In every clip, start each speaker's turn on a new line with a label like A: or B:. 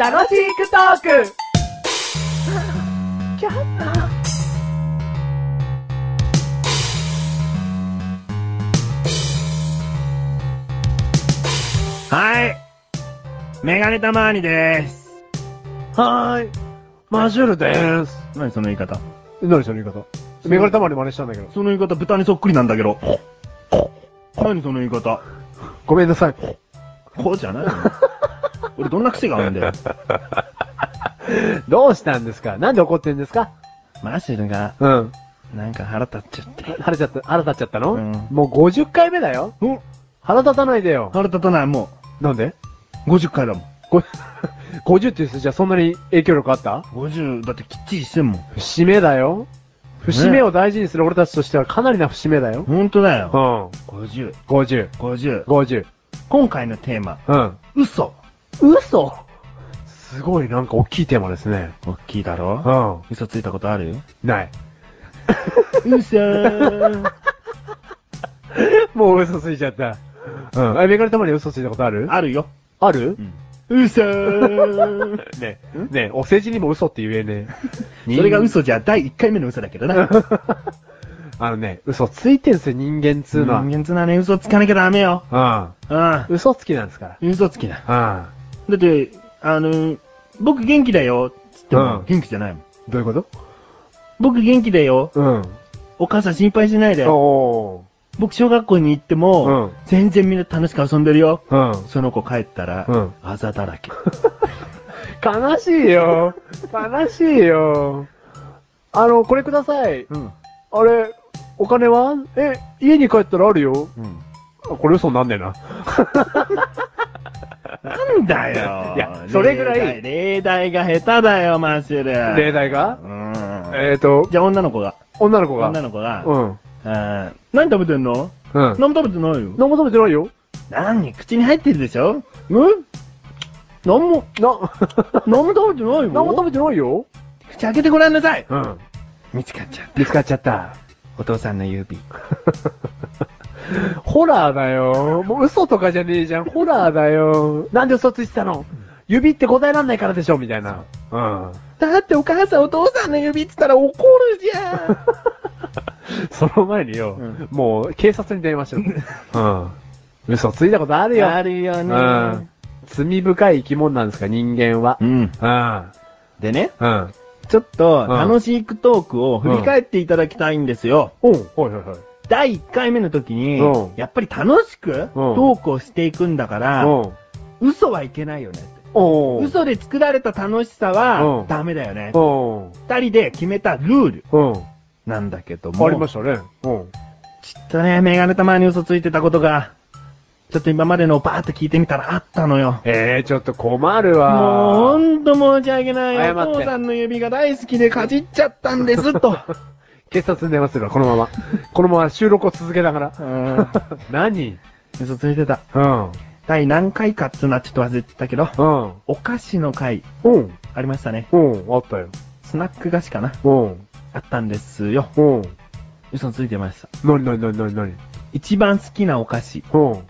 A: 楽しくトーク
B: はい。メガネたまーにでーす。はーい。マジュルでーす。何その言い方。
C: 何その言い方メガネたまに真似したんだけど。
B: その言い方、豚にそっくりなんだけど。何その言い方。
C: ごめんなさい。
B: こうじゃないの俺どんな癖があるんだよ。
C: どうしたんですかなんで怒ってんですか
B: マジルが、
C: うん。
B: なんか腹立っちゃって。
C: 腹立っちゃった、腹立っちゃったの、
B: うん
C: もう50回目だよ。
B: お
C: 腹立たないでよ。
B: 腹立たない、も
C: なんで
B: う。50回だもん。
C: ご 50っていう数字はそんなに影響力あった
B: 50、だってきっちりしてんもん。
C: 節目だよ。節目を大事にする俺たちとしてはかなりな節目だよ。
B: ほんとだ
C: う
B: よ。
C: ん。
B: 50、
C: 50、
B: 50。
C: 50。
B: 今回のテーマ、
C: うん。
B: 嘘。
C: 嘘すごいなんか大きいテーマですね。
B: 大きいだろ
C: うん。
B: 嘘ついたことある
C: ない。
B: 嘘ー。
C: もう嘘ついちゃった。うん。え、メガネたまに嘘ついたことある
B: あるよ。
C: ある
B: 嘘ー。
C: ねねお世辞にも嘘って言えねえ。
B: それが
C: 人
B: 嘘じゃ第1回目の嘘だけどな。
C: あのね、嘘ついてんすよ、人間っつうのは。
B: 人間つなね、嘘つかなきゃダメよ。
C: う。
B: うん
C: 嘘つきなんですか
B: ん。嘘つきな。
C: ら。
B: だって、あのー僕元気だよ。つっても、
C: うん
B: 元気じゃないもん。
C: うん。どういうこと
B: 僕元気だよ。
C: うん。
B: お母さん心配しないで。
C: お
B: 僕小学校に行っても、
C: うん
B: 全然みんな楽しく遊んでるよ。
C: うん。
B: その子帰ったら、
C: うん
B: あざだらけ。
C: 悲しいよ。悲しいよ。あの、これください。
B: うん。
C: あれ、お金はえ、家に帰ったらあるよ。
B: うん。
C: あこれ嘘になんねえな。
B: なんだよ。
C: いやそれぐらい
B: 例題。例題が下手だよ、マッシュル。
C: 例題が
B: うん。
C: えっと、
B: じゃあ女の子が。
C: 女の子が。
B: 女の子が、
C: うん。
B: あー何食べてんの
C: うん。
B: 何も食べてないよ。
C: 何も食べてないよ。
B: 何口に入ってるでしょ
C: え何も、 な、
B: 何も食べてないよ。
C: 何も食べてないよ。
B: 口開けてごらんなさい
C: うん。
B: 見つかっちゃった。
C: 見つかっちゃった。
B: お父さんの指。
C: ホラーだよ。もう嘘とかじゃねえじゃん。ホラーだよ。なんで嘘ついてたの指って答えらんないからでしょみたいな。うん。
B: だってお母さんお父さんの指って言ったら怒るじゃん。
C: その前によ、
B: うん
C: もう警察に電話しろ。うん。嘘ついたことあるよ。
B: あるよね。
C: うん。罪深い生き物なんですか、人間は。
B: うん。
C: うん。
B: でね、
C: うん。
B: ちょっと
C: ん
B: 楽しくトークを振り返っていただきたいんですよ。
C: おう、はいはいはい。
B: 第1回目の時に
C: うん、
B: やっぱり楽しくトークをしていくんだから、
C: うん。
B: 嘘はいけないよね。
C: おう。
B: 嘘で作られた楽しさ
C: う
B: は
C: ん
B: ダメだよね。
C: おう。
B: 二人で決めたルール
C: うん。
B: なんだけども。
C: ありましたね。うん。
B: ちょっとね、メガネたまに嘘ついてたことが、ちょっと今までのをバーって聞いてみたらあったのよ。
C: ええー、ちょっと困る
B: もう
C: わ。
B: ほんと申し訳ない。
C: 謝
B: お
C: って
B: 父さんの指が大好きでかじっちゃったんです、 と。
C: 警察に電話するわ、このまま。このまま収録を続けながら。
B: うん
C: 何
B: 嘘ついてた。
C: うん。
B: 第何回かっつうのはちょっと忘れてたけど、
C: うん。
B: お菓子の回
C: うん。
B: ありましたね。
C: うん。あったよ。
B: スナック菓子かな
C: うん。
B: あったんですよ。
C: うん。
B: 嘘ついてました。
C: なになになになになに
B: 一番好きなお菓子。
C: うん。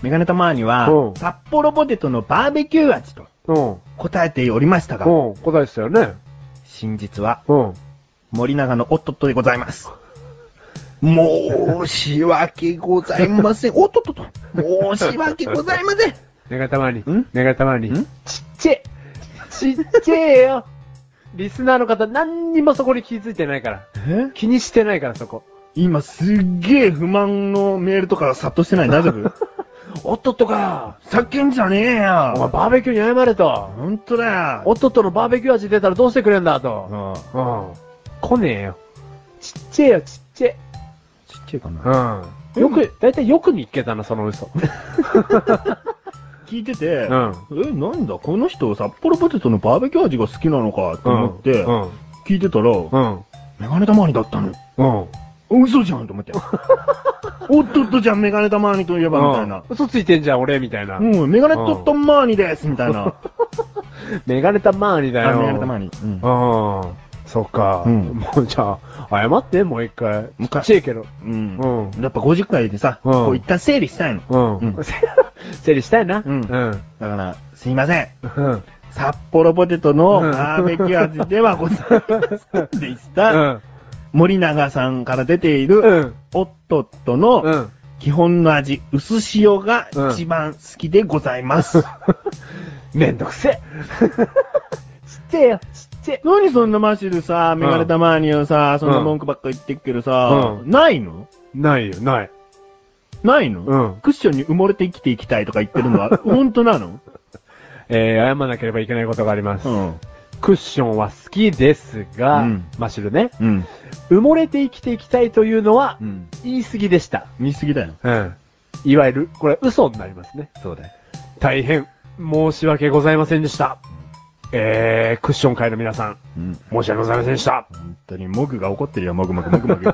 B: メガネたまーには
C: うん、
B: 札幌ポテトのバーベキュー味と
C: うん。
B: 答えておりましたが、
C: うん。答えしたよね。
B: 真実は
C: うん。
B: 森永のおっとっとでございます。申し訳ございません。おっとっとっと。申し訳ございません。
C: 願いたまに。
B: ん
C: 願いたまに。
B: ん
C: ちっちゃい。ちっちゃいよ。リスナーの方、何にもそこに気づいてないから。
B: え
C: 気にしてないから、そこ。
B: 今すっげえ不満のメールとか殺到してない大丈 夫
C: おっとっとか。
B: 叫んじゃねえ
C: お前、
B: よ。
C: バーベキューに謝れと。
B: ほんとだ
C: お
B: よ。
C: っとっとのバーベキュー味出たらどうしてくれんだと。
B: うん
C: うん。来ねえよ。ちっちゃいよ、ちっちゃい。
B: ちっちゃいかな。
C: うん。よく、だいたいよく見っけたな、その嘘。
B: 聞いてて、
C: ん。
B: え、なんだ、この人、札幌ポテトのバーベキュー味が好きなのかと思って、
C: うん。
B: 聞いてたら、
C: うん。
B: メガネたまわりだったのよ。
C: うん。
B: 嘘じゃんと思 って。おっとっとじゃん、メガネたまわりといえば、みたいな。
C: 嘘ついてんじゃん、俺、みたいな。
B: うん、メガネとっとんまーにです、みたいな。
C: メガネたまーにだ
B: あ
C: よ。
B: メガネたまーに。うん。
C: うん。そっか。
B: うん
C: もうじゃあ、謝って、もう一回。
B: もう一
C: ち
B: 回
C: っちゃいけど。
B: うん
C: うん。
B: やっぱ50回でさ、
C: うん
B: こう一旦整理したいの。
C: うん。
B: うん
C: 整理したいな。
B: うん
C: うん。
B: だから、すいません。
C: うん。
B: 札幌ポテトの
C: うん
B: バーベキュー味ではございませんでした。
C: うん。
B: 森永さんから出ていうる、
C: ん。
B: おっとっとの
C: うん。
B: 基本の味、薄塩が
C: うん
B: 一番好きでございます。
C: めんどくせえ。知ってよ、知って。
B: 何そんなマシルさ、メガネたまにをさ、そんな文句ばっか言ってっけどさ、
C: う
B: ないの
C: ないよ、ない。
B: ないの、
C: うん。
B: クッションに埋もれて生きていきたいとか言ってるの は、本当なの
C: えー、謝らなければいけないことがあります。
B: ん。
C: クッションは好きですが、
B: うん
C: マシルね、
B: うん。
C: 埋もれて生きていきたいというのは、
B: うん。
C: 言い過ぎでした。
B: 見すぎだよ。
C: うん。いわゆる、これ嘘になりますね。
B: そうだよ。
C: 大変、申し訳ございませんでした。えー、クッション界の皆さん、
B: うん。
C: 申し訳ございませんでした。
B: 本当に、モグが怒ってるよ、モグモグモグモグ。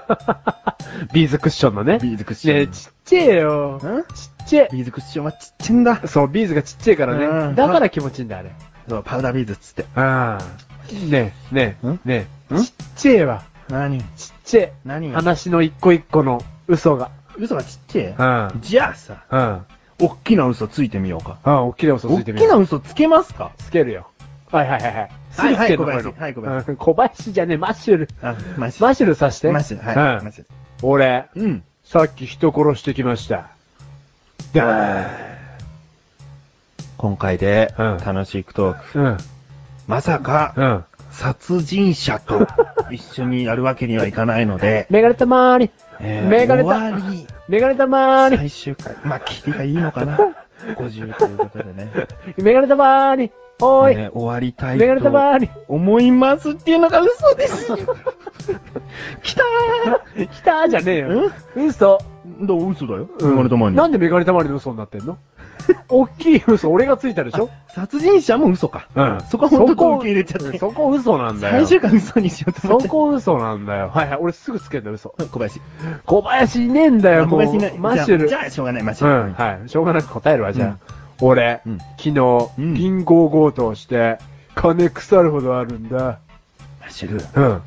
C: ビーズクッションのね。
B: ビーズクッシ
C: ね
B: ョン。
C: ちっちゃいよ。
B: ん
C: ちっちゃい。
B: ビーズクッションはちっちゃいんだ。
C: そう、ビーズがちっちゃいから
B: う
C: ね。
B: ん
C: だから気持ちいいんだ、あれ。
B: そう、パウダービーズっつって。
C: ああ。ねえ、ねえ
B: ん、
C: ねえ。
B: ん
C: ちっちゃいわ。
B: 何
C: ちっちゃい。
B: 何が
C: 話の一個一個の嘘が。
B: 嘘がちっちゃい、
C: うん。
B: じゃあさ、
C: うん。
B: おっきな嘘ついてみようか。
C: うん、おっきな嘘つ
B: おっ
C: い
B: き
C: てみよう。
B: な嘘つけますか
C: つけるよ。はいはいはいはい。す
B: は
C: ぐ
B: い
C: つ
B: は
C: け
B: い、小
C: るのこうい
B: 林。
C: うの
B: はい、小
C: う
B: 林。
C: ん小林じゃねえ、マッシュル。
B: あ、マシ。
C: マッシュルさして。
B: マシ、はい、
C: うん
B: マシ。
C: 俺、
B: うん。
C: さっき人殺してきました。だ
B: 今回で、
C: うん
B: 楽しいクトーク。
C: ーうん。
B: まさか、
C: うん。、
B: 殺人者と一緒にやるわけにはいかないので
C: メガネたまーに。
B: え
C: メガネた
B: 終わり、
C: メガネたまーに。
B: 最終回。まあ、切りがいいのかな ?50 ということで ね。
C: メガネたまーに。おーい。
B: ね終わりたい
C: メガネた
B: と
C: まーに。
B: 思いますっていうのが嘘ですよ。来た
C: 来たーじゃねえよ。嘘。
B: ーどう嘘だよ。
C: う
B: 生まれたま
C: ん
B: に。
C: なんでメガネたまーにの嘘になってん のおっきい嘘、俺がついたでしょ
B: 殺人者も嘘か。
C: うん
B: そこは本当に受け入れちゃって。
C: そこ嘘なんだ
B: 最
C: よ。
B: 終回嘘にしようと
C: そ
B: 思って。
C: こ嘘なんだよ。はいはい、俺すぐつけるんだ、嘘。
B: 小林。
C: 小林いねえんだよ、も
B: 小
C: う
B: 林いない。
C: マッシュル。
B: じゃあ、じゃあしょうがない、マッシ
C: う
B: ュル。
C: ん、はい。しょうがなく答えるわ、じゃあ。俺、
B: うん
C: 昨日、
B: うん
C: 銀行強盗をして、金腐るほどあるんだ。
B: マッシュル、
C: うん。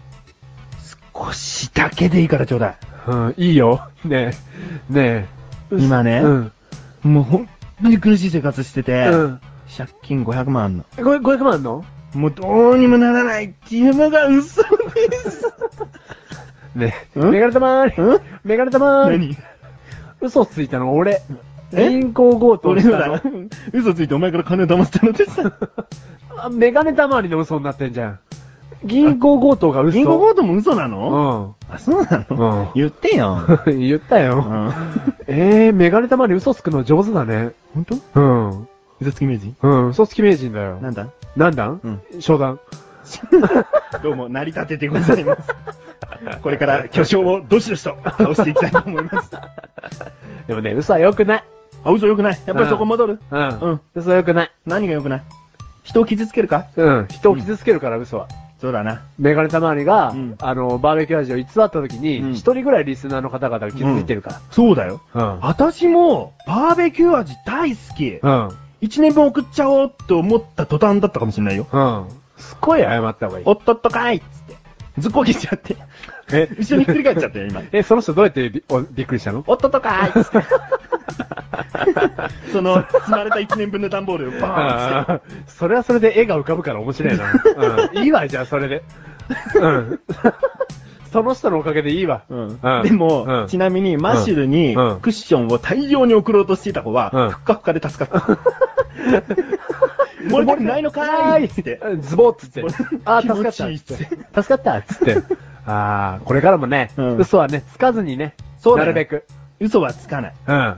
B: 少しだけでいいからちょうだい。
C: うん、いいよ。ねえ。ねえ。うっ
B: 今ね
C: うん。
B: もう本当に苦しい生活してて、
C: うん。
B: 借金500万あんの。
C: これ、500万あんの
B: もうどうにもならないっていうのが嘘です。
C: ねえ。
B: うん
C: メガネたまーに。
B: ん
C: メガネたまーに。
B: 何
C: 嘘ついたの、俺。
B: え
C: 銀行強盗
B: 俺
C: したの
B: ら。、嘘ついてお前から金を騙したのでさ。
C: あメガネたまーにの嘘になってんじゃん。銀行強盗が嘘。
B: 銀行強盗も嘘なの、
C: 盗
B: あ、そうなの、
C: うん
B: 言ってよ。
C: うん。 言った
B: う
C: よ。
B: ん。
C: えー、メガネたまーに嘘つくの上手だね。
B: 本当
C: うん。
B: 嘘つき名人
C: うん、嘘つき名人だよ。
B: なんだ
C: 何段
B: うん
C: 初段。
B: どうも、成り立てでござい ます。これから巨匠をどしどしと倒していきたいと思い ます。あ、
C: でもね、嘘は良くない。
B: 嘘良くない。やっぱりそこ戻る。
C: うん。
B: うん
C: 嘘は良くない。
B: 何が良くない人を傷つけるか
C: うん。人を傷つけるから、嘘は。
B: そうだな。
C: メガネたまわりが、
B: うん
C: あの、バーベキュー味を偽った時に、一、
B: うん
C: 人ぐらいリスナーの方々が傷ついてるか
B: そうだよ。
C: ら。うん。
B: 私も、バーベキュー味大好き。
C: うん。
B: 一年分送っちゃおうって思った途端だったかもしれないよ。
C: うん。すっごい謝った方がいい
B: お。っとっとかいっつって。ずっこけちゃって。
C: え
B: 一緒にひっくり返っちゃったよ、今。
C: え、その人どうやってびおびっくりしたの
B: おっとっとかいっつ って。その、積まれた一年分の段ボールをバーンって。
C: あーそれはそれで絵が浮かぶから面白いな。うん。いいわ、じゃあ、それで。うん。その人のおかげでいいわ。うん
B: でも、
C: うん
B: ちなみに、マッシュルにク
C: うん
B: ッションを大量に送ろうとしていた子は、
C: うん
B: ふっかふかで助 かった。漏れてないのかーいっつって。
C: ズボッつって
B: 俺。
C: ああ、
B: 気
C: 助か
B: 持
C: っ
B: ち
C: た
B: いい
C: っ
B: っ
C: つ
B: つ
C: っ
B: ってて。
C: 助かったっつって。 ああ、これからもね、
B: うん
C: 嘘はね、つかずにね、
B: そう
C: な
B: だ
C: る
B: よ
C: べく。
B: 嘘はつかない。
C: うん。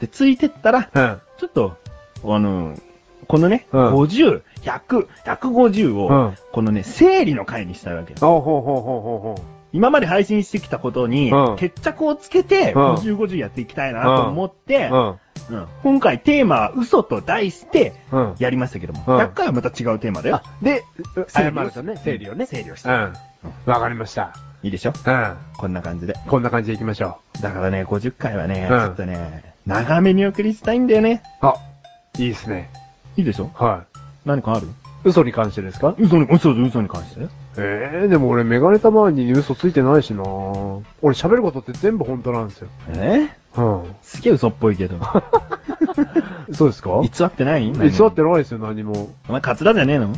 B: で、ついてったら、
C: うん。
B: ちょっと、あのーこのね、
C: うん
B: 50、100、150を、
C: うん
B: このね、整理の回にしたいわけよ。
C: おうほうほうほうほうほ
B: 今まで配信してきたことに、
C: うん
B: 決着をつけて、
C: うん
B: 50、50やっていきたいなと思って、
C: う。
B: うん今回テーマは嘘と題して、
C: うん。うん。
B: やりましたけども、
C: うん
B: 100回はまた違うテーマだよ。
C: で、
B: 整
C: 謝
B: 理を
C: るとね、整理をね。
B: 整理をし
C: う
B: て。
C: ん。わかりました。
B: いいでしょ
C: うん。
B: こんな感じで。
C: こんな感じでいきましょ
B: だからね、50回はね、
C: うん
B: ちょっとね、長めにお送りしたいんだよね。
C: う。あ、いいですね。
B: いいでしょ
C: は
B: 何かある
C: い。嘘に関してですか
B: 嘘に、嘘、嘘に関して
C: ええでも俺メガネたまわりに嘘ついてないしな俺喋ることって全部本当なんですよ。
B: え
C: うん。
B: すげえ嘘っぽいけど。
C: そうですか
B: 偽ってない何も
C: 偽ってないですよ、何も。
B: お前カツラじゃねえの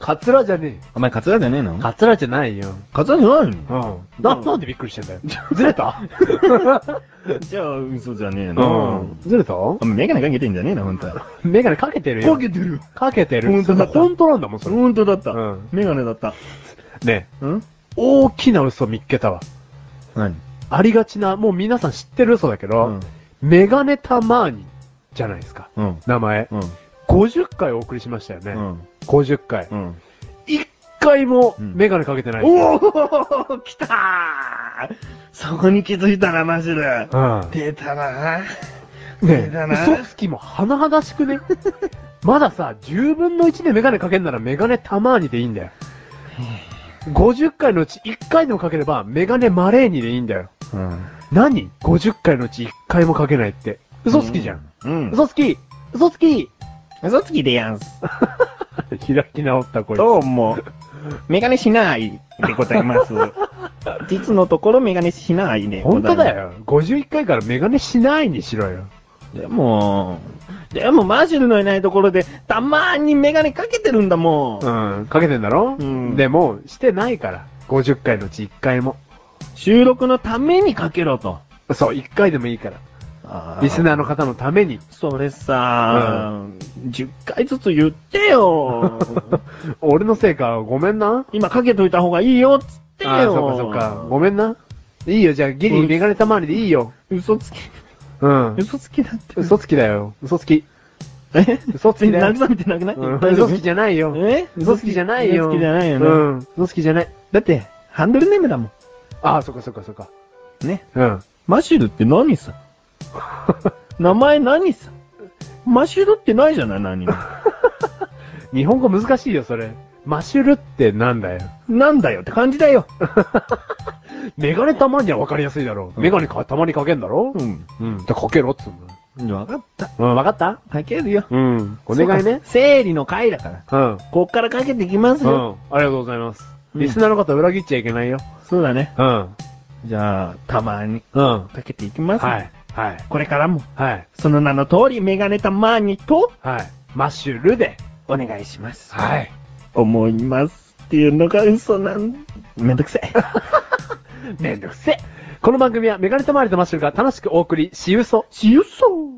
C: カツラじゃね
B: お前カツラじゃねえの
C: え。カツラじゃないよ。
B: カツラじゃないの
C: うん。
B: な
C: な、
B: な
C: なんでびっくりしてんだよ。 ずれた
B: じゃあ、嘘じゃねえ
C: う
B: の
C: ん。ずれた
B: お前メガネかけてんじゃねえのほんとは。
C: メガネかけてるよ。
B: かけてる。
C: かけてる。
B: 本当だった
C: 本当なんだもん、それ。
B: ほんとだった
C: うん。
B: メガネだった。
C: ね
B: うん
C: 大きな嘘見っけたわ。
B: 何
C: ありがちな、もう皆さん知ってる嘘だけ
B: う
C: ど、
B: ん。
C: メガネタマーニじゃないですか。
B: うん。
C: 名前。
B: うん。
C: 50回お送りしましたよね。
B: うん。
C: 50回。
B: うん。
C: 1回も
B: うん
C: メガネかけてないですよ。
B: おお来たーそこに気づいたな、マジで。
C: うん。
B: 出たなー
C: ね
B: だな
C: 嘘つきも甚だしくね。まださ、10分の1でメガネかけんならメガネたまーにでいいんだよ。50回のうち1回でもかければメガネマレーにでいいんだよ。
B: うん。
C: 何 ?50 回のうち1回もかけないって。嘘つきじゃん。。
B: うん。
C: 嘘つき嘘つ き
B: 嘘つきでやんす。
C: 開き直った声。
B: どうも、メガネしないでございます。実のところメガネしないでご
C: 本
B: ざ
C: 当
B: います。
C: だよ。51回からメガネしないにしろよ。
B: でも、でもマジルのいないところで、たまーにメガネかけてるんだもん。
C: うん。かけてんだろ
B: うん
C: でも、してないから。50回のうち1回も。
B: 収録のためにかけろと。
C: そう、1回でもいいから。リ
B: リ
C: ス
B: ス
C: ナ
B: ナ
C: ー
B: ー
C: の
B: の。
C: 方のために。
B: それさ、10回ずつ言って よ。
C: 俺のせいか、ごめんな。
B: 今かけといた方がいいよっつってよ。
C: ああ、そっかそっか。ごめんな。いいよ、じゃあ、ギリメガネたまわりでいいよ。
B: 嘘つき、
C: うん。
B: 嘘つきだって。
C: 嘘つきだよ。嘘つき。
B: え
C: 嘘つき だよ。
B: 慰めてなくない、
C: うん
B: 大丈
C: 嘘
B: 夫
C: つきじゃないよ。
B: え
C: 嘘つきじゃないよ。
B: 嘘つきじゃないよね。
C: うん。嘘つきじゃない。
B: だって、ハンドルネームだも
C: ああ、そっかそっかそっか。
B: ん。ね。
C: うん。
B: マシュルって何さ 名前何さマシュルってないじゃない何 も。
C: 日本語難しいよ、それ。マシュルってなんだよ。
B: なんだよって感じだよ。
C: メガネたまには分かりやすいだろ。
B: うん
C: メガネかたまにかけんだろ
B: ん。
C: うん。じゃあかけろっつうんだ。
B: わかった。
C: うん、分かった
B: かけるよ。
C: うん。お願い
B: そう
C: ね
B: か。。生理の回だから。
C: うん。
B: こっからかけていきます
C: う
B: よ。
C: ん。ありがとうございます。
B: うん
C: リスナーの方裏切っちゃいけないよ。
B: そうだね。
C: うん。
B: じゃあ、たまに
C: う
B: か
C: ん。
B: けていきます。
C: は。い。はい。
B: これからも、
C: はい。
B: その名の通り、メガネたまにと、
C: はい。マッシュルで。
B: お願いします。
C: はい。
B: 思いますっていうのが嘘なん、めんどくせ え。
C: めんどくせえ。この番組はメガネとマリとマッシュルが楽しくお送りし、うそ。
B: See you soon.